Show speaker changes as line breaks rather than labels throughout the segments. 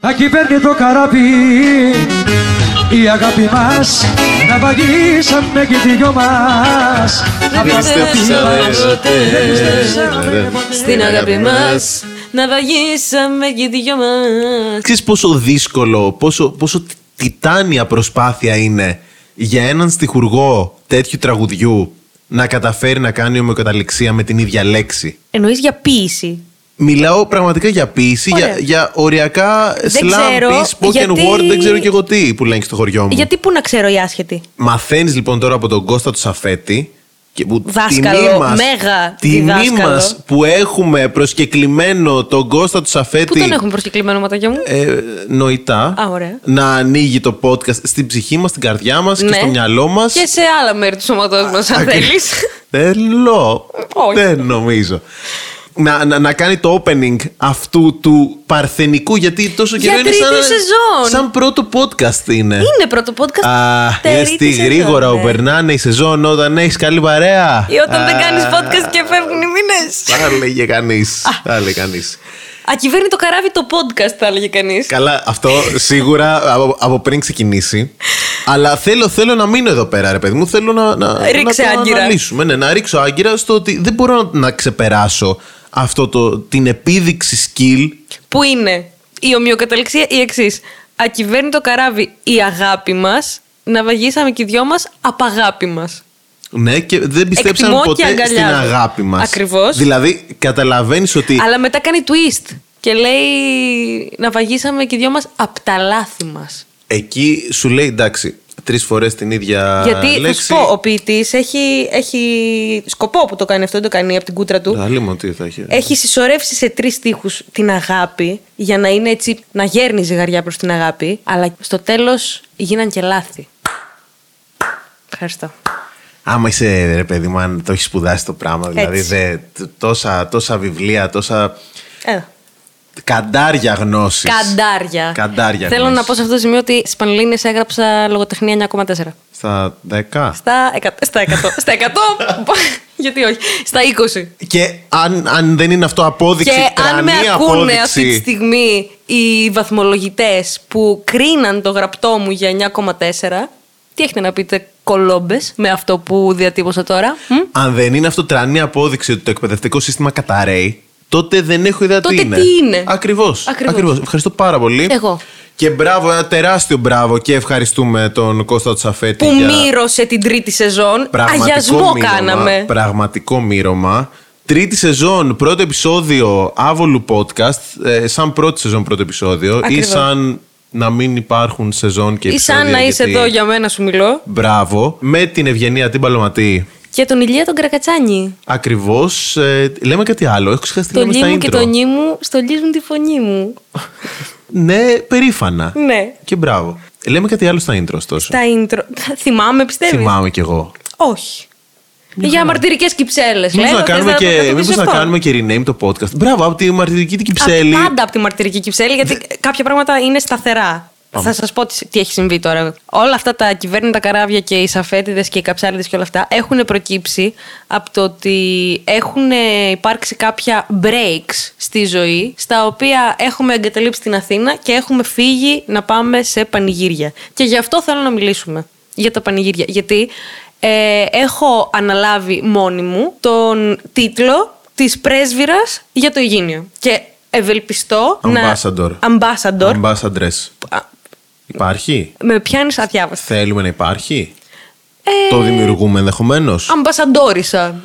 Να κυβέρνει το καράβι η αγάπη μας Να βαγίσαμε και οι δυο μας
Δεν πιστέψαμε ποτέ στην αγάπη μας να βαγίσαμε και οι δυο μας.
Ξέρεις πόσο δύσκολο, πόσο, πόσο τιτάνια προσπάθεια είναι για έναν στιχουργό τέτοιου τραγουδιού να καταφέρει να κάνει ομοιοκαταληξία με την ίδια λέξη.
Εννοείς για ποίηση.
Μιλάω πραγματικά για ποιήση,
Ωραία.
για, για οριακά
Δεν
slam,
ξέρω,
piece, spoken
γιατί-
word, δεν ξέρω και εγώ τι που λένε και στο χωριό μου.
Γιατί πού να ξέρω η άσχετη.
Μαθαίνεις λοιπόν τώρα από τον Κώστα του Σαφέτη. Και που
Δάσκαλο,
τιμή μας-
μέγα
Τιμή
διδάσκαλο.
μας που έχουμε προσκεκλημένο τον Κώστα του Σαφέτη.
Πού τον έχουμε προσκεκλημένο ματάκια μου.
ε, νοητά
Α, ωραία.
να ανοίγει το podcast στην ψυχή μας, στην καρδιά μας και
Ναι.
στο μυαλό μας.
Και σε άλλα μέρη του σώματός μας αν
Ακριβώς.
θέλεις.
Θέλω.
Όχι.
Δεν νομίζω. Να, να, να κάνει το opening αυτού του παρθενικού γιατί τόσο
Για
καιρό είναι σαν,
τρίτη σεζόν.
σαν πρώτο podcast είναι.
Είναι πρώτο podcast.
Ε. Α,
τρίτη
τι
σεζόν,
γρήγορα
ε.
που περνάνε η σεζόν όταν έχεις καλή παρέα.
Ή Ε, όταν δεν
Α,
κάνεις podcast και φεύγουν οι μήνες.
Θα έλεγε κανείς. Θα έλεγε κανείς.
Ακυβέρνει το καράβι το podcast θα έλεγε κανείς.
Καλά, αυτό σίγουρα από, από πριν ξεκινήσει. Αλλά θέλω, θέλω να μείνω εδώ πέρα, ρε παιδί μου. Θέλω να, να,
Ρίξε
να το
άγκυρα.
αναλύσουμε. Ναι, να ρίξω άγκυρα στο ότι δεν μπορώ να, να ξεπεράσω αυτό το, την επίδειξη skill.
Που είναι η ομοιοκαταληξία η εξής. Ακυβέρνει το καράβι η αγάπη μας, να βαγίσαμε και οι δυο μας απ' αγάπη μας.
Ναι, και δεν πιστέψαμε
Εκτιμώ και
ποτέ στην
αγκαλιάζω.
αγάπη μας.
Ακριβώς.
Δηλαδή, καταλαβαίνεις ότι.
Αλλά μετά κάνει twist και λέει να βαγίσαμε και οι δυο μας απ' τα λάθη μας.
Εκεί σου λέει εντάξει, τρεις φορές την ίδια
Γιατί θα
λέξη.
σου πω, ο ποιητής έχει, έχει σκοπό που το κάνει αυτό, δεν το κάνει από την κούτρα του.
Να λίμω, τι θα έχει.
Έχει συσσωρεύσει σε τρεις τείχου την αγάπη για να είναι έτσι, να γέρνει η ζυγαριά προς την αγάπη. Αλλά στο τέλος γίναν και λάθη. Ευχαριστώ.
Άμα είσαι ρε παιδί μου, αν το έχεις σπουδάσει το πράγμα, δηλαδή
Έτσι.
δε, τ- τόσα, τόσα βιβλία, τόσα
Έλα.
καντάρια γνώση.
Καντάρια.
Καντάρια
Θέλω
γνώση.
να πω σε αυτό το σημείο ότι στι Πανελλήνιε έγραψα λογοτεχνία 9,4.
Στα 10.
Στα 100. Στα 100. στα 100. Γιατί όχι. Στα 20.
Και αν, αν δεν είναι αυτό απόδειξη,
Και αν
τρανή
με ακούνε
απόδειξη.
αυτή τη στιγμή οι βαθμολογητές που κρίναν το γραπτό μου για 9,4, τι έχετε να πείτε, κολόμπες, με αυτό που διατύπωσα τώρα. μ?
Αν δεν είναι αυτό τρανή απόδειξη ότι το εκπαιδευτικό σύστημα καταραίει, τότε δεν έχω ιδέα
Τότε
τι είναι.
τι είναι.
Ακριβώς.
Ακριβώς.
Ευχαριστώ πάρα πολύ.
Εγώ.
Και μπράβο, ένα τεράστιο μπράβο και ευχαριστούμε τον Κώστα Τσαφέτη.
Που
για...
μύρωσε την τρίτη σεζόν.
Πραγματικό
Αγιασμό
μύρωμα,
κάναμε.
Πραγματικό μύρωμα. Τρίτη σεζόν, πρώτο επεισόδιο άβολου podcast. ε, σαν πρώτη σεζόν, πρώτο επεισόδιο.
Ακριβώς.
Ή σαν να μην υπάρχουν σεζόν και
Ή
επεισόδια.
σαν να είσαι
γιατί-
εδώ για μένα σου μιλώ.
Μπράβο. Με την Ευγενία την Παλωματή.
Και τον Ηλία τον Κρακατσάνη.
Ακριβώς. ε, λέμε κάτι άλλο. Έχω ξεχάσει τι
Το
λέμε
λί
στα
μου και το
intro.
νι μου στολίζουν τη φωνή μου.
Ναι, περήφανα.
Ναι.
Και μπράβο. Λέμε κάτι άλλο στα intro, ωστόσο.
Τα intro. Θυμάμαι, πιστεύεις.
Θυμάμαι κι εγώ.
Όχι. Για μαρτυρικές κυψέλες.
Μήπως να κάνουμε, και, μήπως να κάνουμε και rename το podcast. Μπράβο, από τη μαρτυρική την Κυψέλη.
Πάντα από τη μαρτυρική κυψέλη, γιατί κάποια πράγματα είναι σταθερά. Θα σας πω τι, τι έχει συμβεί τώρα. Όλα αυτά τα κυβέρνητα καράβια και οι σαφέτιδες και οι καψάλιδες και όλα αυτά έχουν προκύψει από το ότι έχουν ε, υπάρξει κάποια breaks στη ζωή, στα οποία έχουμε εγκαταλείψει την Αθήνα και έχουμε φύγει να πάμε σε πανηγύρια. Και γι' αυτό θέλω να μιλήσουμε. Για τα πανηγύρια. Γιατί ε, έχω αναλάβει μόνη μου τον τίτλο της πρέσβυρας για το Υγίνιο. Και ευελπιστώ
Ambassador.
να... Ambassador.
Ambassadress.
Α,
Υπάρχει.
Με πιάνεις αδιάβαστη.
Θέλουμε να υπάρχει.
Ε,
Το δημιουργούμε ενδεχομένως.
Αμπασαντόρισα.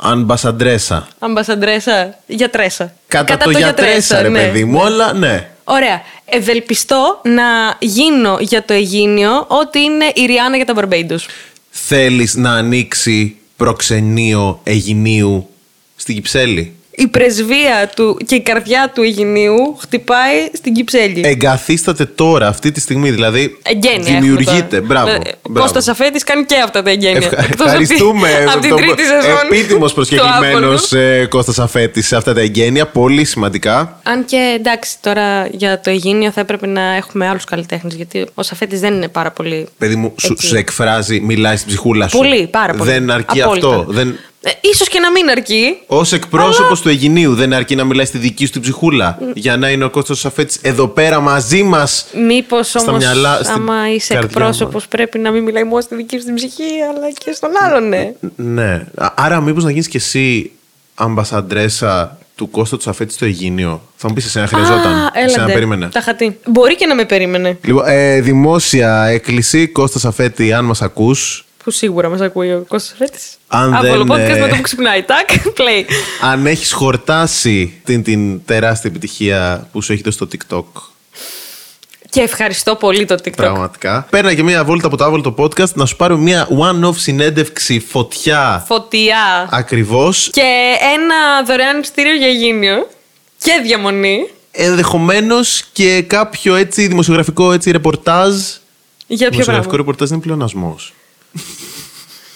Αμπασαντρέσα.
Αμπασαντρέσα. Γιατρέσα.
Κατά, το γιατρέσα, ρε
ναι.
παιδί μου, αλλά ναι.
Ωραία. Ευελπιστώ να γίνω για το Αιγίνιο ό,τι είναι η Ριάννα για τα Μπαρμπέιντος.
Θέλεις να ανοίξει προξενείο Αιγινίου στην Κυψέλη.
Η πρεσβεία του και η καρδιά του Αιγινίου χτυπάει στην Κυψέλη.
Ε, Εγκαθίσταται τώρα, αυτή τη στιγμή. Δηλαδή.
Εγγένεια. Ε,
Δημιουργείται. Μπράβο. μπράβο.
Κώστα Αφέτη κάνει και αυτά τα εγγένεια.
Ευχα-
Εκτός
Ευχαριστούμε.
Από, τη- από την
τον
τρίτη σεζόν.
Επίτιμος
του
προσκεκλημένο
Άπολου.
Κώστα Αφέτη σε αυτά τα εγγένεια. Πολύ σημαντικά.
Αν και εντάξει, τώρα για το Αιγίνιο θα έπρεπε να έχουμε άλλους καλλιτέχνες. Γιατί ο Σαφέτης δεν είναι πάρα πολύ.
Παιδί μου, σου,
Εκεί.
σου εκφράζει, μιλάει στην ψυχούλα σου.
Πολύ, πάρα πολύ.
Δεν αρκεί
Απόλυτα.
αυτό. Δεν...
Ε, ίσως και να μην αρκεί.
Ως εκπρόσωπος του Αιγυνίου, δεν αρκεί να μιλάει στη δική σου την ψυχούλα. Για να είναι ο Κώστας Σαφέτης εδώ πέρα μαζί μας.
Μήπως
Στα
όμως,
μυαλά, στην
άμα είσαι
καρδιά
εκπρόσωπος, πρέπει να μην μιλάει μόνο στη δική σου την ψυχή, αλλά και στον άλλον, ναι.
Ναι. Α- Άρα, μήπως να γίνεις κι εσύ αμπασαντρέσα του Κώστα του Σαφέτη στο Αιγυνίο. Θα μου πεις εσένα χρειαζόταν.
Α,
εσένα
έλαντε.
περίμενε.
Τα χατή. Μπορεί και να με περίμενε.
Λοιπόν, ε, δημόσια έκκληση, Κώστα Σαφέτη, αν μας ακούς.
Που σίγουρα μας ακούει ο Κώστας Φέτη.
Αν
Από
δεν,
το podcast
ε,
με το που ξυπνάει. Τάκ, play.
Αν έχεις χορτάσει την, την τεράστια επιτυχία που σου έχει δώσει το TikTok.
Και ευχαριστώ πολύ το TikTok.
Πραγματικά. Παίρνα και μια βόλτα από το άβολο το podcast να σου πάρω μια one-off συνέντευξη φωτιά.
Φωτιά.
Ακριβώς.
Και ένα δωρεάν εισιτήριο για γήνιο. Και διαμονή.
Ενδεχομένως και κάποιο έτσι δημοσιογραφικό έτσι ρεπορτάζ.
Για ποιο
δημοσιογραφικό
πράγμα.
ρεπορτάζ είναι πλεονασμός.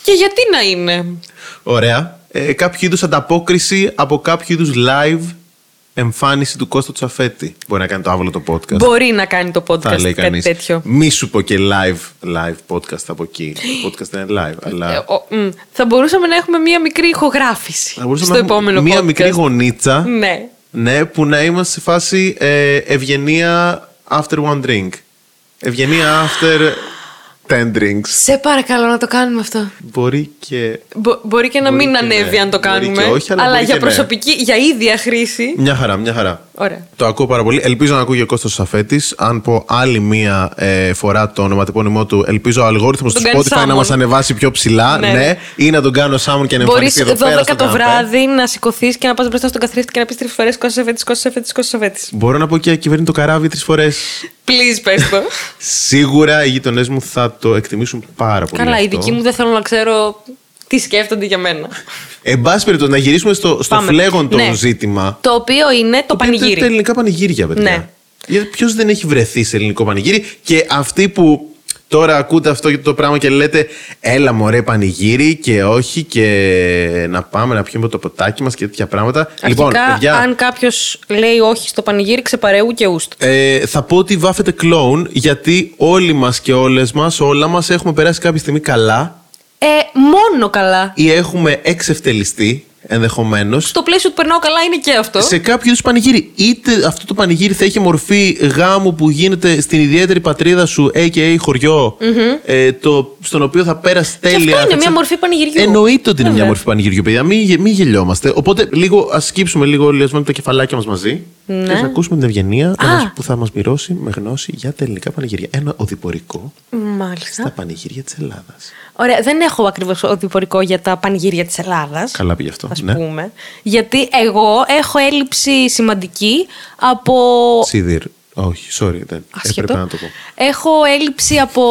Και γιατί να είναι.
Ωραία. Ε, κάποιο είδους ανταπόκριση από κάποιο είδους live εμφάνιση του Κώστα Τσαφέτη. Μπορεί να κάνει το άβολο το podcast.
Μπορεί να κάνει το
θα
podcast
λέει
κάτι
κανείς.
τέτοιο.
Μη σου πω και live, live podcast από εκεί. Το podcast δεν είναι live,
Ε,
αλλά.
ο- μ, θα μπορούσαμε να έχουμε μία μικρή ηχογράφηση
Θα μπορούσαμε
στο
να έχουμε
επόμενο
Μία
podcast.
μικρή γονίτσα.
Ναι.
Ναι, που να είμαστε σε φάση ε, ευγενία after one drink. Ευγενία after ten drinks.
Σε παρακαλώ να το κάνουμε αυτό.
Μπορεί και
Μπο- μπορεί και να
Μπορεί
μην
και
ανέβει
ναι.
αν το
Μπορεί
κάνουμε.
και όχι, αλλά μπορεί
για
και ναι.
προσωπική, για ίδια χρήση.
μια χαρά, μια χαρά.
Ωραία.
Το ακούω πάρα πολύ. Ελπίζω να ακούγει ο Κώστας Σαφέτης. Αν πω άλλη μία ε, φορά το ονοματεπώνυμό του, ελπίζω ο αλγόριθμος του
Τον κάνει
Spotify να
salmon.
μας ανεβάσει πιο ψηλά.
Ναι.
Ναι. ή να τον κάνω σάμον και να
Μπορείς
εμφανιστεί εδώ πέρα
12
στο
το
καναπέ.
βράδυ να σηκωθείς και να πας μπροστά στον καθρέφτη και να πεις τρεις φορές Κώστα Σεβέτη, Κώστα Σεβέτη, Κώστα Σεβέτη.
Μπορώ να πω και κυβέρνη το καράβι τρεις φορές.
Please, πες το.
Σίγουρα οι γειτονές μου θα το εκτιμήσουν πάρα πολύ.
Καλά, οι
αυτό.
δικοί μου δεν θέλω να ξέρω τι σκέφτονται για μένα.
Εν πάση περιπτώσει, να γυρίσουμε στο, στο
Πάμε.
φλέγον
Ναι.
ζήτημα.
Το οποίο είναι το
Είναι τα
πανηγύρι.
ελληνικά πανηγύρια, παιδιά.
Ναι.
Γιατί ποιος δεν έχει βρεθεί σε ελληνικό πανηγύρι και αυτοί που τώρα ακούτε αυτό το πράγμα και λέτε Έλα μωρέ πανηγύρι και όχι και να πάμε να πιούμε το ποτάκι μας και τέτοια πράγματα. λοιπόν,
Αρχικά,
παιδιά,
αν κάποιος λέει όχι στο πανηγύρι, ξεπαρέου και ούστο.
ε, θα πω ότι βάφεται κλόουν γιατί όλοι μας και όλες μας, όλα μας έχουμε περάσει κάποια στιγμή καλά
Ε, μόνο καλά.
ή έχουμε εξευτελιστεί ενδεχομένως.
Στο πλαίσιο του περνάω καλά είναι και αυτό.
σε κάποιος είδου πανηγύρι. Είτε αυτό το πανηγύρι θα έχει μορφή γάμου που γίνεται στην ιδιαίτερη πατρίδα σου, a.k.a. χωριό, ε, το, στον οποίο θα πέρασε τέλεια.
αυτό είναι
θα
μια μορφή πανηγυριού.
Εννοείται ότι είναι μια
Βέβαια.
μορφή πανηγυριού, παιδιά. Μην, γε- μην γελιόμαστε. Οπότε λίγο ας σκύψουμε λίγο λιασμένο τα κεφαλάκια μας μαζί.
Ναι.
Και θα ακούσουμε την ευγενία
Α.
ένας που θα μας μοιρώσει με γνώση για τα ελληνικά πανηγύρια. Ένα οδηπορικό στα
Μάλιστα.
πανηγύρια της Ελλάδας.
Ωραία, δεν έχω ακριβώς οδηπορικό για τα πανηγύρια της Ελλάδας.
Καλά πήγε αυτό.
Ας
ναι.
πούμε. Γιατί εγώ έχω έλλειψη σημαντική από.
Σίδηρ. Όχι, sorry, δεν.
Άσχετο.
Έπρεπε να το πω.
Έχω έλλειψη από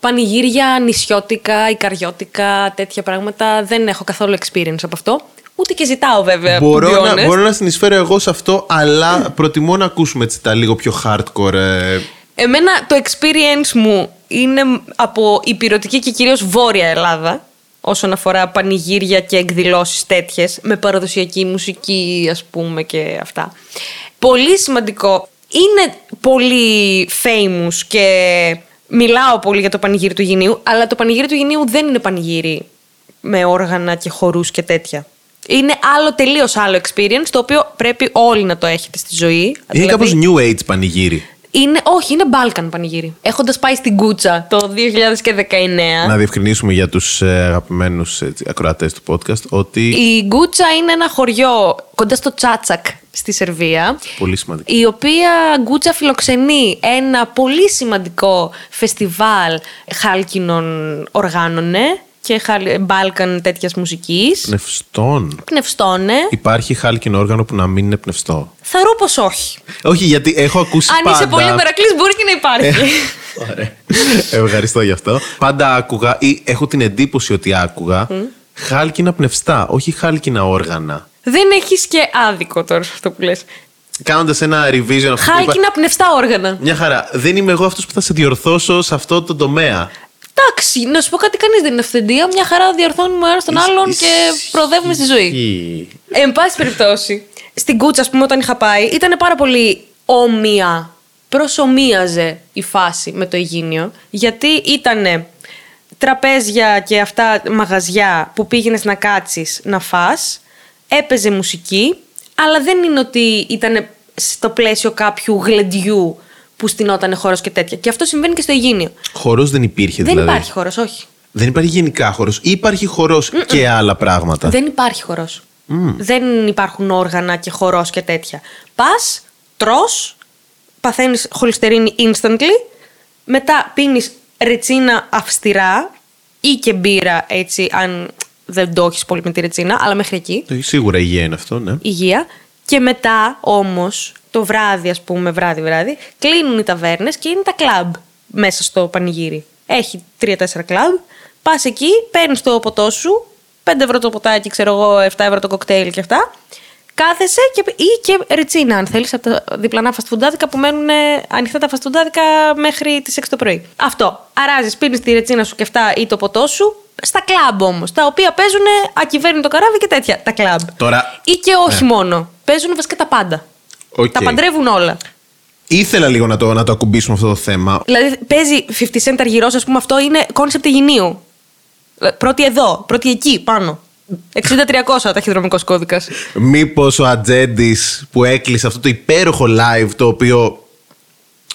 πανηγύρια νησιώτικα, ικαριώτικα, τέτοια πράγματα. Δεν έχω καθόλου experience από αυτό. Ούτε και ζητάω βέβαια. Ε, to be
Μπορώ
honest.
να, μπορώ να συνεισφέρω εγώ σε αυτό, αλλά προτιμώ να ακούσουμε έτσι τα λίγο πιο hardcore. ε,
Εμένα το experience μου είναι από υπηρετική και κυρίως βόρεια Ελλάδα όσον αφορά πανηγύρια και εκδηλώσεις τέτοιες με παραδοσιακή μουσική ας πούμε και αυτά. Πολύ σημαντικό. Είναι πολύ famous και μιλάω πολύ για το πανηγύρι του Γενίου αλλά το πανηγύρι του Γενίου δεν είναι πανηγύρι με όργανα και χορούς και τέτοια. Είναι άλλο τελείως άλλο experience το οποίο πρέπει όλοι να το έχετε στη ζωή.
Είναι
Δηλαδή-
κάπως new age πανηγύρι.
είναι, όχι, είναι Balkan πανηγύρι. Έχοντας πάει στην Κούτσα το 2019.
Να διευκρινίσουμε για ε, του αγαπημένου ακροατές του podcast ότι.
Η Γκούτσα είναι ένα χωριό κοντά στο Τσάτσακ στη Σερβία.
Πολύ σημαντικό.
Η οποία Γκούτσα φιλοξενεί ένα πολύ σημαντικό φεστιβάλ χάλκινων οργάνωνε και χαλ- Balkan τέτοιας μουσικής.
Ναι. Πνευστών.
Πνευστώνε.
Υπάρχει χάλκινο όργανο που να μην είναι πνευστό.
Θα ρω πως όχι.
Όχι, γιατί έχω ακούσει
Αν
πάντα. Ε.
είσαι πολύ μερακλής μπορεί και να υπάρχει.
Ωραία. Ευχαριστώ γι' αυτό. Πάντα άκουγα ή έχω την εντύπωση ότι άκουγα χάλκινα πνευστά, όχι χάλκινα όργανα.
Δεν έχεις και άδικο τώρα σε αυτό που λες.
Κάνοντας ένα revision αυτό που είπα-
Χάλκινα πνευστά όργανα.
Μια χαρά. Δεν είμαι εγώ αυτός που θα σε διορθώσω σε αυτό το τομέα.
Εντάξει, να σου πω κάτι, κανείς δεν είναι αυθεντία. Μια χαρά διορθώνουμε ένας τον άλλον και προοδεύουμε στη ζωή.
Ισχύει.
Εν πάση περιπτώσει, στην κούτσα, ας πούμε, όταν είχα πάει, ήταν πάρα πολύ όμοια. Προσωμίαζε η φάση με το Αιγίνιο, γιατί ήταν τραπέζια και αυτά μαγαζιά που πήγαινες να κάτσεις να φά. Έπαιζε μουσική, αλλά δεν είναι ότι ήταν στο πλαίσιο κάποιου γλεντιού που στυνόταν χώρος και τέτοια. Και αυτό συμβαίνει και στο Αιγίνιο.
Χορό δεν υπήρχε
Δεν
δηλαδή.
υπάρχει χώρος, όχι.
Δεν υπάρχει γενικά χορό. Υπάρχει χορό και άλλα πράγματα.
Δεν υπάρχει χορό. Δεν υπάρχουν όργανα και χορό και τέτοια. Πας, τρώ, παθαίνεις χολυστερίνη instantly, μετά πίνεις ρετσίνα αυστηρά ή και μπύρα έτσι, αν δεν το έχεις πολύ με τη ρετσίνα, αλλά μέχρι εκεί.
Το- Σίγουρα υγεία είναι αυτό, ναι.
Υγεία. Και μετά όμως, το βράδυ, ας πούμε, βράδυ-βράδυ, κλείνουν οι ταβέρνες και είναι τα κλαμπ μέσα στο πανηγύρι. Έχει τρία-τέσσερα κλαμπ. Πας εκεί, παίρνεις το ποτό σου, 5 ευρώ το ποτάκι, ξέρω εγώ, 7 ευρώ το κοκτέιλ και αυτά. Κάθεσαι και, ή και ρετσίνα, αν θέλεις, από τα διπλανά φαστουντάδικα που μένουν ε, ανοιχτά τα φαστουντάδικα μέχρι τις 6 το πρωί. Αυτό. Αράζεις, πίνεις τη ρετσίνα σου και αυτά ή το ποτό σου. Στα κλαμπ όμως, τα οποία παίζουν ακυβέρνητο καράβι και τέτοια. Τα κλαμπ.
Τώρα- Ναι.
Ή και όχι μόνο. Παίζουν βασικά τα πάντα.
Οκ.
Τα παντρεύουν όλα.
Ήθελα λίγο να το, να το ακουμπήσουμε αυτό το θέμα.
Δηλαδή παίζει 50 cent αργυρό, ας πούμε, αυτό είναι κόνσεπτ γυναίου. Πρώτη εδώ, πρώτη εκεί, πάνω. 60-300 ταχυδρομικός κώδικας.
Μήπως ο Ατζέντης που έκλεισε αυτό το υπέροχο live το οποίο.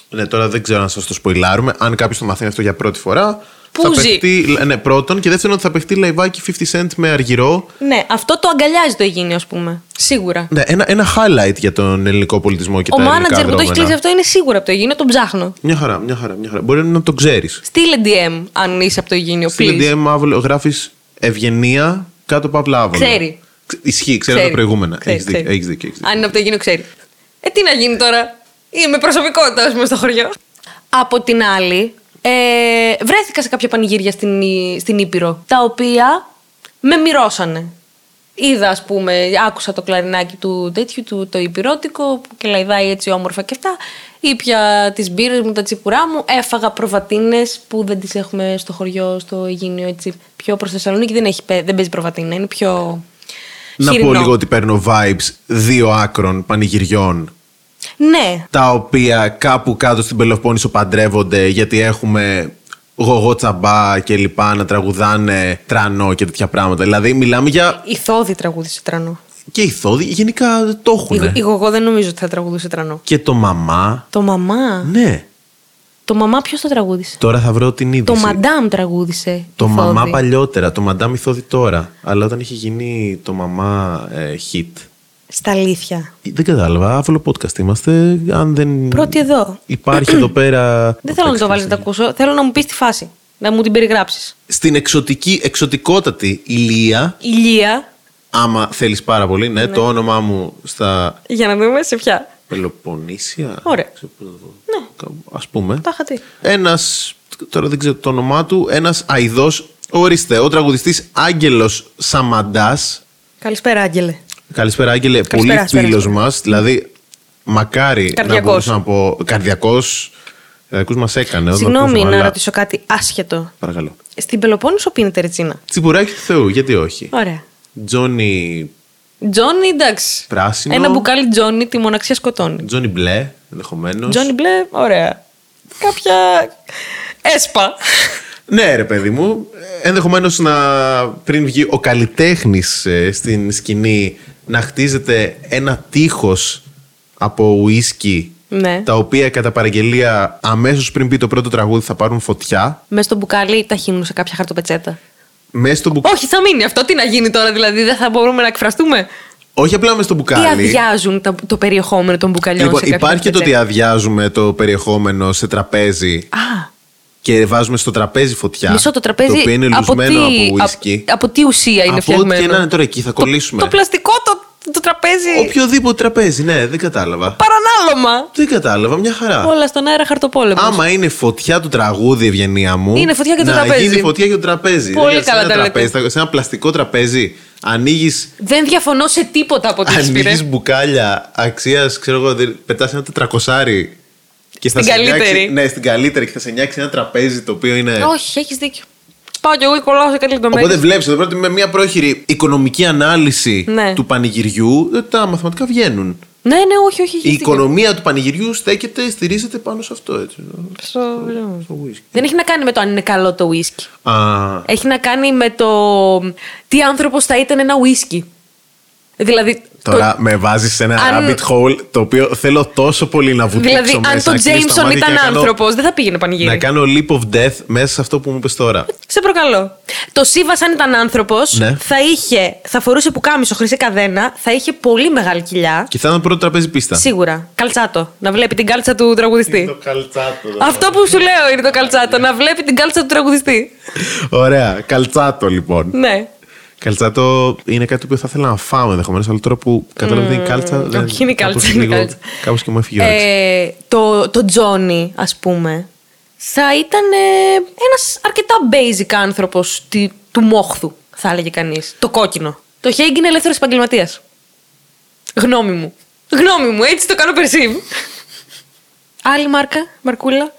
Ναι, τώρα δεν ξέρω αν σας το σποϊλάρουμε. Αν κάποιος το μαθαίνει αυτό για πρώτη φορά.
Πού
θα
ζει?
παιχτεί, ναι, πρώτον. Και δεύτερον, ότι θα παιχτεί λαϊβάκι 50 cent με αργυρό.
ναι, αυτό το αγκαλιάζει το Αιγίνιο, ας πούμε. Σίγουρα.
Ναι, ένα, ένα highlight για τον ελληνικό πολιτισμό και
Ο
τα ελληνικά
μάνατζερ που το έχει
δρόμενα.
κλείσει αυτό είναι σίγουρα από το Αιγίνιο, τον ψάχνω.
Μια χαρά, μια χαρά, μια χαρά. Μπορεί να το ξέρεις.
Στείλε DM αν είσαι από το Αιγίνιο,
Στην
please.
DM αύριο γράφεις ευγενία κάτω παύλα άβολο.
Ξέρει.
Ξ- Ισχύει, ξέρω
Ξέρει.
τα προηγούμενα.
Ξέρει,
Έχεις δίκιο.
ξέρει.
Έχεις δίκιο, έχεις δίκιο.
Αν είναι από το Αιγίνιο, ξέρει. Ε, τι να γίνει τώρα. Είμαι προσωπικότητας, α πούμε, στο χωριό. Από την άλλη, ε, βρέθηκα σε κάποια πανηγύρια στην, Ή- στην Ήπειρο, τα οποία με μυρώσανε. Είδα, ας πούμε, άκουσα το κλαρινάκι του τέτοιου, του, το υπηρώτικο, που κελαϊδάει έτσι όμορφα και αυτά. Ήπια τις μπύρες μου, τα τσιπουρά μου. Έφαγα προβατίνες που δεν τις έχουμε στο χωριό, στο Αιγίνιο, έτσι. Πιο προς Θεσσαλονίκη δεν, έχει, παί- δεν παίζει προβατίνα, είναι πιο.
Να πω
χοιρινό.
λίγο ότι παίρνω vibes δύο άκρων πανηγυριών
Ναι.
τα οποία κάπου κάτω στην Πελοπόννησο παντρεύονται γιατί έχουμε γογό τσαμπά και λοιπά να τραγουδάνε τρανό και τέτοια πράγματα. Δηλαδή μιλάμε για
Η Θόδη τραγούδισε τρανό.
και ηθόδη, γενικά το
Η,
έχουν.
η Γογό δεν νομίζω ότι θα τραγουδούσε τρανό.
Και το μαμά,
Το μαμά.
ναι.
Το μαμά ποιος το τραγούδισε.
Τώρα θα βρω την
Το
είδηση.
μαντάμ τραγούδισε.
Το
η Θόδη.
μαμά παλιότερα, το μαντάμ ηθόδη τώρα. Αλλά όταν είχε γίνει το μαμά ε, hit.
Στα αλήθεια.
Δεν κατάλαβα, άβολο podcast είμαστε. Αν δεν.
Πρώτη εδώ.
Υπάρχει εδώ πέρα.
Δεν θέλω να το βάλεις να τα ακούσω. Θέλω να μου πεις τη φάση. Να μου την περιγράψεις.
Στην εξωτική, εξωτικότατη ηλία,
Ηλία.
άμα θέλεις πάρα πολύ, ναι, το όνομά μου στα
Για να δούμε σε ποια.
Πελοποννήσια.
Ωραία.
Ναι. Ας πούμε.
Τα είχα τι.
Ένας. Τώρα δεν ξέρω το όνομά του. Ένας αειδό. Ορίστε, ο τραγουδιστής Άγγελος Σαμαντάς.
Καλησπέρα, Άγγελε.
Καλησπέρα, Άγγελε.
Καλησπέρα,
πολύ φίλο
καλησπέρα.
μας. Δηλαδή, μακάρι να
Καρδιακός.
μπορούσα να πω. Καρδιακός. Καρδιακό μας έκανε. όταν
Συγγνώμη
ακούσαμε,
να
αλλά-
ρωτήσω κάτι άσχετο.
Παρακαλώ.
Στην Πελοπόννησο πίνεται ρετσίνα.
Τσιμπουράκι του Θεού, γιατί όχι.
Ωραία.
Τζόνι.
Τζόνι, εντάξει.
Πράσινο.
Ένα μπουκάλι Τζόνι τη μοναξία σκοτώνει.
Τζόνι Μπλε, ενδεχομένως.
Τζόνι Μπλε, ωραία. Κάποια. έσπα.
Ναι, ρε παιδί μου. Ενδεχομένως να πριν βγει ο καλλιτέχνης στην σκηνή να χτίζεται ένα τείχος από ουίσκι.
Ναι.
Τα οποία κατά παραγγελία αμέσως πριν πει το πρώτο τραγούδι θα πάρουν φωτιά.
Μέσα στο μπουκάλι ή τα χύνουν σε κάποια χαρτοπετσέτα.
Μέσα στο μπουκάλι.
Όχι, θα μείνει αυτό. Τι να γίνει τώρα, δηλαδή, δεν θα μπορούμε να εκφραστούμε.
Όχι απλά μέσα στο
Τι
μπουκάλι.
αδειάζουν τα- το περιεχόμενο των μπουκαλιών
Λοιπόν,
σε κάποια
υπάρχει και το ότι
χαρτοπετσέτα.
αδειάζουμε το περιεχόμενο σε τραπέζι
Α,
και βάζουμε στο τραπέζι φωτιά.
μισό το τραπέζι.
Το οποίο είναι
από τι,
λουζμένο από
από,
ουίσκι.
από τι ουσία είναι
Από
φτιαγμένο.
ό,τι και να είναι τώρα εκεί, θα
Το-
κολλήσουμε.
Το, πλαστικό το, το τραπέζι.
Οποιοδήποτε τραπέζι, ναι, δεν κατάλαβα.
Παρανάλωμα.
Δεν κατάλαβα, μια χαρά.
Όλα στον αέρα χαρτοπόλεμος.
Άμα είναι φωτιά του τραγούδι, ευγενία μου.
Είναι φωτιά και το
να
τραπέζι.
γίνει φωτιά και το τραπέζι.
Πολύ
Δηλαδή, σε
καλά
ένα
τα λέτε.
τραπέζι, Σε ένα πλαστικό τραπέζι ανοίγεις.
Δεν διαφωνώ σε τίποτα από ό,τι
Ανοίγεις
πήρε.
μπουκάλια αξίας, ξέρω εγώ, δι- πετάς ένα τετρακοσάρι. Και θα
Στην
σε νιάξει-
καλύτερη.
ναι, στην καλύτερη και θα σε νιάξει ένα τραπέζι το οποίο είναι.
Όχι, έχεις δίκιο. Πάω κι εγώ και κολλάω σε κάτι λεπτομέρειες.
Οπότε βλέπεις εδώ πέρα ότι με μια πρόχειρη οικονομική ανάλυση
Ναι.
του πανηγυριού ε, τα μαθηματικά βγαίνουν.
Ναι, ναι, όχι, όχι.
Η
χύθηκε.
οικονομία του πανηγυριού στέκεται, στηρίζεται πάνω σε αυτό. Έτσι.
Στο-
Στο whisky.
Δεν έχει να κάνει με το αν είναι καλό το whisky.
Α,
Έχει να κάνει με το τι άνθρωπος θα ήταν ένα whisky. Δηλαδή. το-
Τώρα με βάζεις σε ένα
Αν-
rabbit hole το οποίο θέλω τόσο πολύ να βουτήξω
Δηλαδή, αν
μέσα.
το
να κλείσω τα
Jameson
μάτια και
ήταν
να κάνω-
άνθρωπος, δεν θα πήγαινε πανηγύρι.
Να κάνω leap of death μέσα σε αυτό που μου είπες τώρα.
Σε προκαλώ. Το Σίβας, αν ήταν άνθρωπος,
Ναι.
θα, είχε, θα φορούσε πουκάμισο χρυσή καδένα, θα είχε πολύ μεγάλη κοιλιά.
Και θα ήταν πρώτο τραπέζι πίστα.
Σίγουρα. Καλτσάτο. Να βλέπει την κάλτσα του τραγουδιστή.
καλτσάτο.
Αυτό που σου λέω είναι το καλτσάτο. Να βλέπει την κάλτσα του τραγουδιστή.
Ωραία. Καλτσάτο λοιπόν.
Ναι.
Καλτσάτο είναι κάτι που θα ήθελα να φάω ενδεχομένως, αλλά τώρα που κατάλαβα ότι είναι κάλτσα. δεν-
Mm, όχι, είναι
κάπως
κάλτσα, είναι
λίγο-
κάλτσα.
κάπως και μου έφυγε η όρεξη.
Ε, το, το Τζόνι, ας πούμε, θα ήταν ε, ένας αρκετά basic άνθρωπος του μόχθου, θα έλεγε κανείς. Το κόκκινο. Το Χέγκ είναι ελεύθερος επαγγελματίας. Γνώμη μου. Γνώμη μου, έτσι το κάνω περσίμ. Άλλη μάρκα, Μαρκούλα.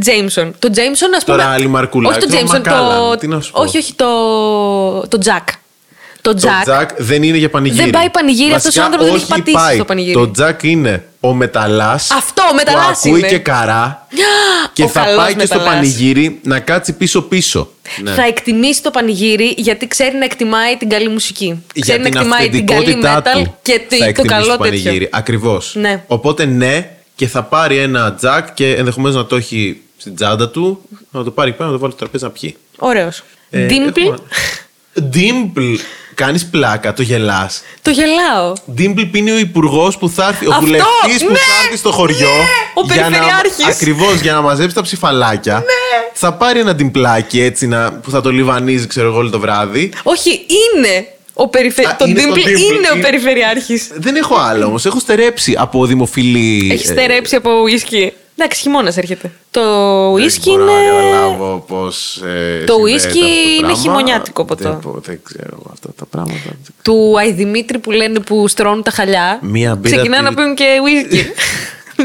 Τζέιμσον. Το Τζέιμσον, ας πούμε.
Τώρα άλλη μαρκούλα.
Όχι το
Το
Τζέιμσον, το.
Μακάλαν. Τι να σου πω.
όχι, όχι, το. Το Τζακ. Το
Το
Τζακ.
Τζακ δεν είναι για πανηγύρι.
Δεν πάει πανηγύρι, αυτός
Βασικά,
ο άνθρωπος δεν
όχι,
έχει πατήσει
πάει.
στο πανηγύρι.
Το Τζακ είναι ο μεταλλάς.
Αυτό, ο μεταλλάς
Που ακούει
είναι.
και καρά. και
Ο
θα
καλός
πάει και στο
μεταλλάς.
πανηγύρι να κάτσει πίσω-πίσω. Ναι.
Θα εκτιμήσει το πανηγύρι γιατί ξέρει να εκτιμάει την καλή μουσική.
για
ξέρει
την
να εκτιμάει την καλή
αυθεντικότητά
metal
του
και το-
θα
το,
εκτιμήσει
καλό
στο πανηγύρι.
τέτοιο.
Ακριβώς.
Ναι.
Οπότε ναι, και θα πάρει ένα τζακ και ενδεχομένως να το έχει στην τσάντα του, να το πάρει εκεί πέρα, να το βάλει στο τραπέζι να πιει.
Ωραίος.
Ε,
Dimple,
έχουμε- Dimple. Κάνεις πλάκα, το γελάς.
το γελάω.
Dimple πίνει ο υπουργός που θα έρθει, ο
Αυτό,
βουλευτής που
ναι,
θα έρθει στο χωριό.
ναι, ο περιφερειάρχης. Ναι!
Ακριβώς, για να μαζέψει τα ψηφαλάκια. Θα πάρει ένα τυμπλάκι έτσι να, που θα το λιβανίζει, ξέρω εγώ, όλο το βράδυ.
Όχι, είναι ο
Α,
περιφερειάρχη. Το
είναι το
Dimple
Dimple,
είναι ο
είναι-
περιφερειάρχης.
Δεν έχω άλλο όμως. Έχω στερέψει από δημοφιλή.
Έχεις
ε,
στερέψει από ουίσκι. Εντάξει, χειμώνας έρχεται. Το ουίσκι
Δεν μπορώ
είναι.
να καταλάβω πώς, ε,
Το whisky
συνδέεται αυτό το
είναι
πράγμα.
χειμωνιάτικο ποτό.
Δεν, μπο- δεν ξέρω εγώ αυτά τα πράγματα.
Του Αϊδημήτρη που λένε που στρώνουν τα χαλιά.
Μία μπύρα
Ξεκινάνε
τη-
να πίνουν και ουίσκι.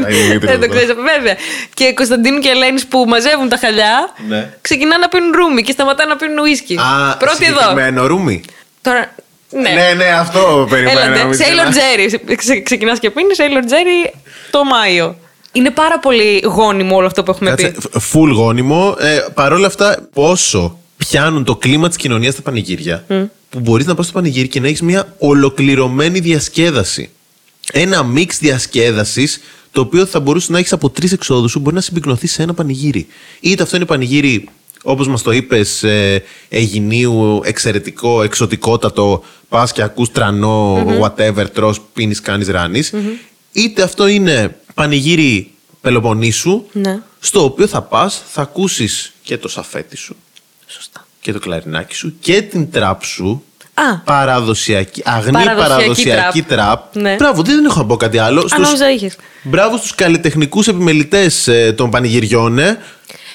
Αϊδημήτρη
Δεν το
εδώ.
ξέρεις, βέβαια. Και Κωνσταντίνου και Ελένης που μαζεύουν τα χαλιά.
Ναι.
Ξεκινάνε να πίνουν ρούμι και σταματάνε να πίνουν ουίσκι. Πρώτη εδώ.
συγκεκριμένο ρούμι.
Τώρα. Ναι.
ναι, ναι, αυτό περιμένω.
Έλατε. Sailor Jerry. Ξεκινάς και πίνεις Sailor Jerry το Μάιο. Είναι πάρα πολύ γόνιμο όλο αυτό που έχουμε
Κάτσε,
πει.
φουλ γόνιμο. Ε, Παρ' όλα αυτά, πόσο πιάνουν το κλίμα της κοινωνίας στα πανηγύρια, που μπορείς να πας στο πανηγύρι και να έχεις μια ολοκληρωμένη διασκέδαση. Ένα μίξ διασκέδασης, το οποίο θα μπορούσε να έχεις από τρεις εξόδους σου, μπορεί να συμπυκνωθείς σε ένα πανηγύρι. Είτε αυτό είναι πανηγύρι, όπως μας το είπες, ε, Αιγυνίου, εξαιρετικό, εξωτικότατο, πας και ακούς τρανό, whatever, τρώ, πίνεις, κάνεις, Είτε αυτό είναι πανηγύρι Πελοποννήσου,
Ναι.
στο οποίο θα πας, θα ακούσεις και το σαφέτι σου
Σωστά.
και το κλαρινάκι σου και την τραπ σου.
Α.
Παραδοσιακή, αγνή
Παραδοσιακή
παραδοσιακή, τραπ.
Ναι.
Μπράβο, δεν έχω να πω κάτι άλλο.
Αν νόμιζα είχες.
Μπράβο στους καλλιτεχνικούς επιμελητές ε, των πανηγυριών, ε,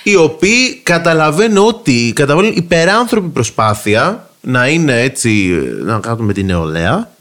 οι οποίοι καταλαβαίνω ότι καταβάλουν υπεράνθρωπη προσπάθεια να είναι έτσι, ε, να κάνουν με την νεολαία.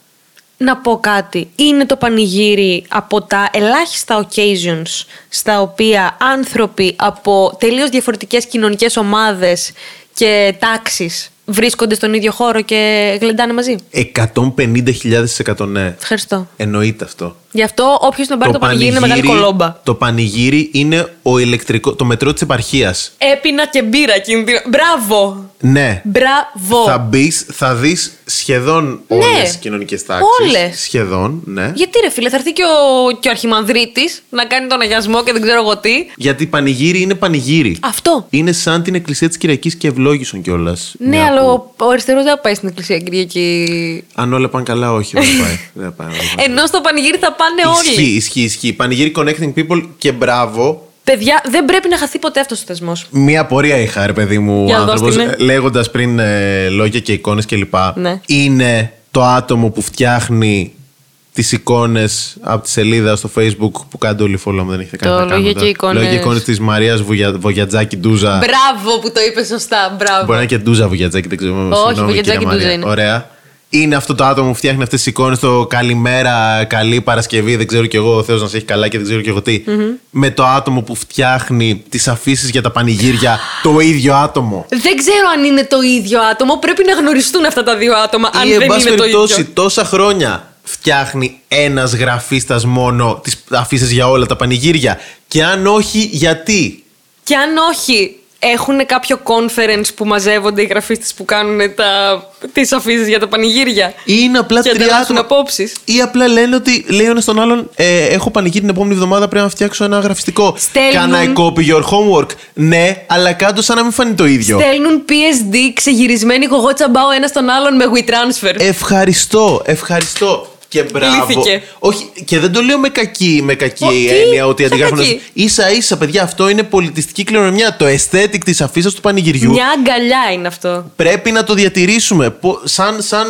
Να πω κάτι. Είναι το πανηγύρι από τα ελάχιστα occasions στα οποία άνθρωποι από τελείως διαφορετικές κοινωνικές ομάδες και τάξεις βρίσκονται στον ίδιο χώρο και γλεντάνε μαζί.
150.000% ναι.
Ευχαριστώ.
Εννοείται αυτό.
Γι' αυτό όποιος τον πάρει το, πανηγύρι είναι μεγάλη κολόμπα.
Το πανηγύρι είναι ο ηλεκτρικό, το μετρό της επαρχίας.
Έπινα και μπύρα κίνδυνο. Μπράβο!
Ναι.
Μπράβο!
Θα μπεις, θα δεις σχεδόν όλε
Ναι.
τι κοινωνικές τάξεις.
Όλες.
Σχεδόν, ναι.
Γιατί ρε φίλε, θα έρθει και ο, και ο αρχιμανδρίτης να κάνει τον αγιασμό και δεν ξέρω εγώ τι.
Γιατί πανηγύρι είναι πανηγύρι.
Αυτό.
Είναι σαν την εκκλησία της Κυριακής και ευλόγησον κιόλας.
Ναι, αλλά ο, ο αριστερός δεν θα πάει στην εκκλησία Κυριακή.
Αν όλα πάνε καλά, όχι. Δεν θα πάει. δεν θα πάει, δεν θα πάει.
Ενώ στο πανηγύρι θα πάνε Ε, όλοι.
Ισχύει, ισχύει, ισχύει. Πανηγύρι connecting people και μπράβο.
Παιδιά, δεν πρέπει να χαθεί ποτέ αυτός ο θεσμός.
Μία πορεία είχα, ρε παιδί μου,
Για
ο
δώσ'
άνθρωπος,
τη, ναι.
λέγοντας πριν ε, λόγια και εικόνες κλπ.
Ναι.
Είναι το άτομο που φτιάχνει τις εικόνες από τη σελίδα στο facebook που κάντε όλοι follow, αν δεν έχετε κάνει
Το
να
Λόγια
κάνετε.
και Εικόνες.
Λόγια και εικόνες της Μαρίας Βουγια- Βογιατζάκη Ντούζα.
Μπράβο που το είπες σωστά. Μπράβο.
Μπορεί να είναι και Ντούζα Βογιατζάκη, δεν ξέρω. συγγνώμη,
Βογιατζάκη
κυρία
Ντούζα
Μαρία.
είναι.
Ωραία. Είναι αυτό το άτομο που φτιάχνει αυτές τις εικόνες το καλημέρα, καλή Παρασκευή, δεν ξέρω κι εγώ, ο Θεός να σε έχει καλά και δεν ξέρω κι εγώ τι. Με το άτομο που φτιάχνει τις αφήσεις για τα πανηγύρια, το ίδιο άτομο.
Δεν ξέρω αν είναι το ίδιο άτομο. Πρέπει να γνωριστούν αυτά τα δύο άτομα, αν
ή εν
δεν
πάση
είναι το
περιπτώσει
ίδιο.
τόσα χρόνια φτιάχνει ένας γραφίστας μόνο τις αφήσεις για όλα τα πανηγύρια. Και αν όχι, γιατί.
Και αν όχι, έχουν κάποιο conference που μαζεύονται οι γραφίστες που κάνουν τα... τις αφήσεις για τα πανηγύρια.
Ή είναι απλά
Και
τρία
ανταλλάσσουν
άτομα.
απόψεις.
Ή απλά λένε ότι λέει ο ένας τον άλλον: ε, Έχω πανηγύρι την επόμενη εβδομάδα. Πρέπει να φτιάξω ένα γραφιστικό.
Στέλνουν-
Κάνα a copy your homework. Ναι, αλλά κάτω σαν να μην φανεί το ίδιο.
Στέλνουν PSD ξεγυρισμένοι κογότσαμπάω ένα τον άλλον με WeTransfer.
Ε, Ευχαριστώ, ευχαριστώ. Και μπράβο.
Λύθηκε.
Όχι, και δεν το λέω με κακή, με κακή
Ω, τι,
έννοια ότι
ποια
αντιγράφουν.
κακή?
σα ίσα, παιδιά, αυτό είναι πολιτιστική κληρονομιά. Το aesthetic της αφήσα του πανηγυριού.
Μια αγκαλιά είναι αυτό.
Πρέπει να το διατηρήσουμε. Πο- Σαν, σαν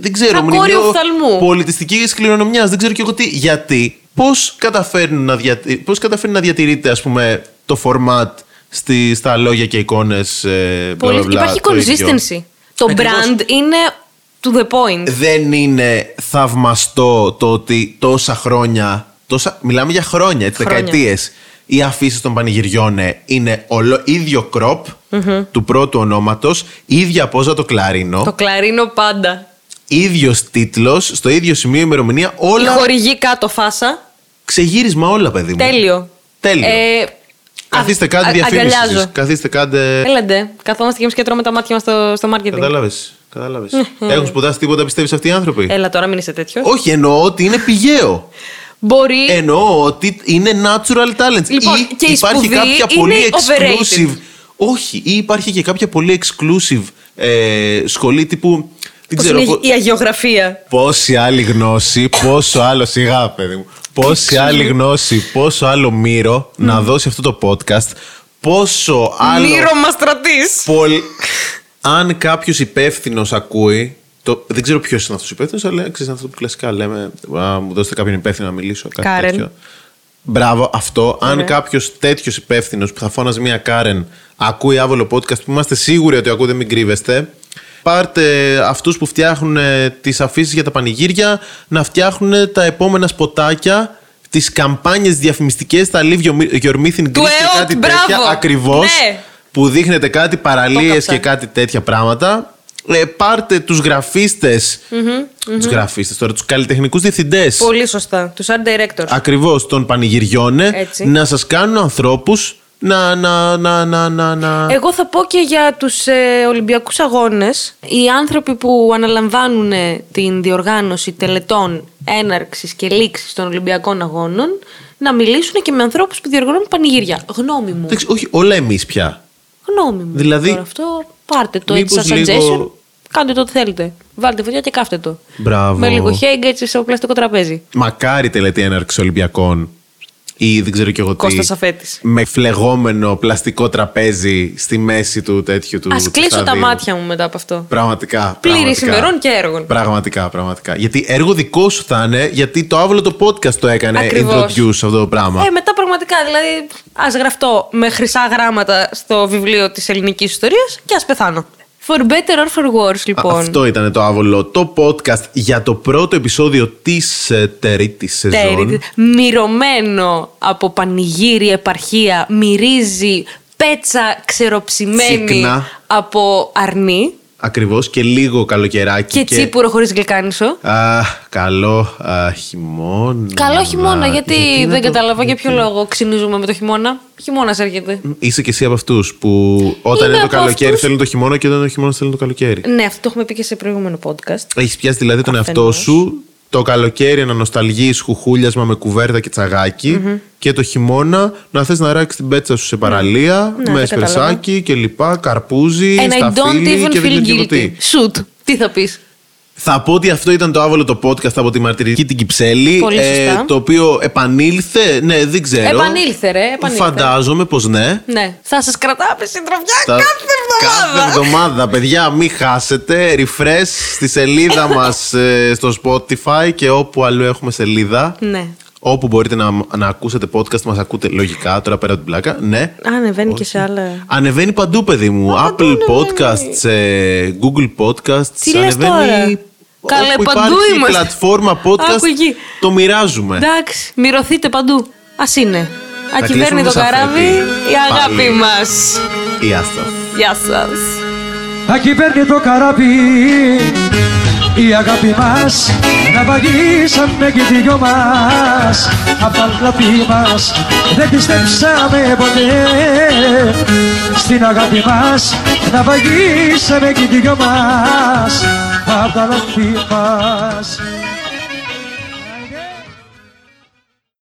δεν ξέρω,
Σαν κόριο οφθαλμού.
πολιτιστικής κληρονομιάς. Δεν ξέρω και εγώ τι. Γιατί, πώς καταφέρνουν να, διατη... πώς καταφέρνει να διατηρείται, ας πούμε, το format στη, στα λόγια και εικόνες. Ε,
Πολύ...
bla, bla, bla,
Υπάρχει
το ίδιο.
consistency. Το
Ακριβώς.
brand είναι to the point.
δεν είναι θαυμαστό το ότι τόσα χρόνια. Τόσα, μιλάμε για χρόνια, έτσι,
Χρόνια.
δεκαετίες. Οι αφήσεις των πανηγυριών ε, είναι όλο ίδιο κροπ του πρώτου ονόματος, ίδια πόζα το κλαρίνο,
Το κλαρίνο πάντα.
ίδιος τίτλος, στο ίδιο σημείο ημερομηνία, όλα.
Η χορηγή κάτω φάσα.
Ξεγύρισμα όλα, παιδί μου.
Τέλειο.
Τέλειο.
Ε,
Καθίστε,
α-
κάντε
α-
διαφήμιση.
αγκαλιάζω.
σας. Καθίστε, κάντε.
Έλαντε, καθόμαστε και εμείς και τρώμε τα μάτια μας στο, στο marketing.
Κατάλαβε. Κατάλαβες.
Ε,
Έχουν σπουδάσει τίποτα, πιστεύεις αυτοί οι άνθρωποι.
Έλα τώρα, μην είσαι τέτοιος.
Όχι, εννοώ ότι είναι πηγαίο.
Μπορεί.
Εννοώ ότι είναι natural talents.
Ε. Λοιπόν,
ή
και η
υπάρχει
σπουδή
κάποια
είναι
πολύ
overrated.
exclusive. Όχι, ή υπάρχει και κάποια πολύ exclusive ε, σχολή τύπου. Δεν
Πώς
ξέρω.
είναι
πο-
η αγιογραφία.
Πόση άλλη γνώση, πόσο άλλο. Σιγά, παιδί μου. Πόση άλλη γνώση, πόσο άλλο μύρο να δώσει αυτό το podcast. Πόσο άλλο.
Μύρο μας στρατή.
Πολ... Αν κάποιος υπεύθυνος ακούει. Το... Δεν ξέρω ποιος είναι αυτός ο υπεύθυνος, αλλά ξέρεις αυτό που κλασικά λέμε. Α, μου δώσετε κάποιον υπεύθυνο να μιλήσω. Κάτι
Κάρεν.
τέτοιο. Μπράβο, αυτό. Αν κάποιος τέτοιος υπεύθυνος που θα φώναζε μια Κάρεν ακούει άβολο podcast που είμαστε σίγουροι ότι ακούτε, μην κρύβεστε. Πάρτε αυτούς που φτιάχνουν τις αφήσεις για τα πανηγύρια να φτιάχνουν τα επόμενα σποτάκια, τις καμπάνιες διαφημιστικές, τα Live Your Your Mythic Greece και
ΕΟΤ,
κάτι
μπράβο.
τέτοια. Ακριβώς.
Ναι.
Που δείχνετε κάτι παραλίες
κάψα.
και κάτι τέτοια πράγματα. Ε, πάρτε τους γραφίστες. Τους γραφίστες τώρα, τους καλλιτεχνικούς διευθυντές.
Πολύ σωστά. Τους art directors.
Ακριβώς των πανηγυριών. ε,
Έτσι.
Να σας κάνουν ανθρώπους να. να, να, να, να, να.
Εγώ θα πω και για τους ε, Ολυμπιακούς Αγώνες. Οι άνθρωποι που αναλαμβάνουν ε, την διοργάνωση τελετών έναρξης και λήξης των Ολυμπιακών Αγώνων να μιλήσουν και με ανθρώπους που διοργανώνουν πανηγύρια. Γνώμη μου.
Εντάξει, όχι, όλα εμείς πια.
Γνώμη μου.
Δηλαδή,
Τώρα αυτό πάρτε το έτσι
μήπως
σαν suggestion.
λίγο-
Κάντε το ό,τι θέλετε. Βάλτε φωτιά και κάφτε το.
Μπράβο.
Με λίγο χέγγ έτσι σε πλαστικό τραπέζι.
Μακάρι τελετή έναρξη Ολυμπιακών ή δεν ξέρω κι εγώ τι.
Κώστας Αφέτης.
Με φλεγόμενο πλαστικό τραπέζι στη μέση του τέτοιου του.
Ας
του
κλείσω τα
σταδίου.
μάτια μου μετά από αυτό.
Πραγματικά.
Πλήρης
πραγματικά.
ημερών και έργων.
Πραγματικά, πραγματικά. Γιατί έργο δικό σου θα είναι, γιατί το άβολο το podcast το έκανε
Ακριβώς.
introduce αυτό το πράγμα.
Ε, μετά πραγματικά, δηλαδή, ας γραφτώ με χρυσά γράμματα στο βιβλίο της ελληνικής ιστορίας και ας πεθάνω. For better or for worse, λοιπόν.
Α, Αυτό ήταν το άβολο. Το podcast για το πρώτο επεισόδιο της ε, τρίτη σεζόν.
Τέρι,
ναι.
μυρωμένο από πανηγύρι, επαρχία, μυρίζει πέτσα ξεροψημένη
Τσίκνα.
από αρνί
Ακριβώς και λίγο καλοκαιράκι.
και, τσίπουρο χωρίς γλυκάνισο.
Α, καλό α, χειμώνα.
Καλό χειμώνα, γιατί,
να
δεν
το-
καταλαβαίνω για ποιο λόγο ξυνίζουμε με το χειμώνα. Χειμώνας έρχεται.
Είσαι και εσύ από αυτούς που όταν
Είμαι
είναι το
από
καλοκαίρι
αυτούς-
θέλουν το χειμώνα και όταν είναι το χειμώνα θέλουν το καλοκαίρι.
Ναι, αυτό το έχουμε πει και σε προηγούμενο podcast.
Έχεις πιάσει δηλαδή τον εαυτό
Αφενός.
σου το καλοκαίρι να νοσταλγείς χουχούλιασμα με κουβέρτα και τσαγάκι και το χειμώνα να θες να ράξεις την πέτσα σου σε παραλία
Ναι, το
με
κατάλαβα.
σπερσάκι και λοιπά, καρπούζι,
And I don't
σταφύλι
even
και δεν
feel
ξέρω
guilty.
τι.
Shoot. Τι θα πεις.
Θα πω ότι αυτό ήταν το άβολο το podcast από τη μαρτυρική την Κυψέλη. ε,
Πολύ σωστά.
το οποίο επανήλθε. Ναι, δεν ξέρω.
Επανήλθε, ρε, επανήλθε.
Φαντάζομαι πως ναι.
Ναι. Θα σας κρατάμε συντροφιά
Τα-
κάθε εβδομάδα.
Κάθε εβδομάδα, παιδιά, μην χάσετε. Refresh στη σελίδα μας ε, στο Spotify και όπου αλλού έχουμε σελίδα.
Ναι.
Όπου μπορείτε να, να ακούσετε podcast, μας ακούτε λογικά, τώρα πέρα από την πλάκα. Ναι.
Α, Ανεβαίνει και σε άλλα.
Ανεβαίνει παντού, παιδί μου. Apple Podcasts, ε, Google Podcasts.
ναι, Τι λες τώρα?
ανεβαίνει.
Καλέ,
όπου
παντού
υπάρχει
είμαστε.
πλατφόρμα podcast,
Άκου εκεί.
το μοιράζουμε.
Εντάξει, μυρωθείτε παντού. Ας είναι. Ακυβέρνει το
κλείσουμε με
καράβι,
σαφέτη.
η αγάπη
Πάλι.
μας.
Γεια σας.
Γεια σας.
Ακυβέρνητο καράβι η αγάπη μας να βαγίσαμε και οι δυο μας απ' τα λάθη μας δεν πιστέψαμε ποτέ στην αγάπη μας να βαγίσαμε και οι δυο μας απ' τα λάθη μας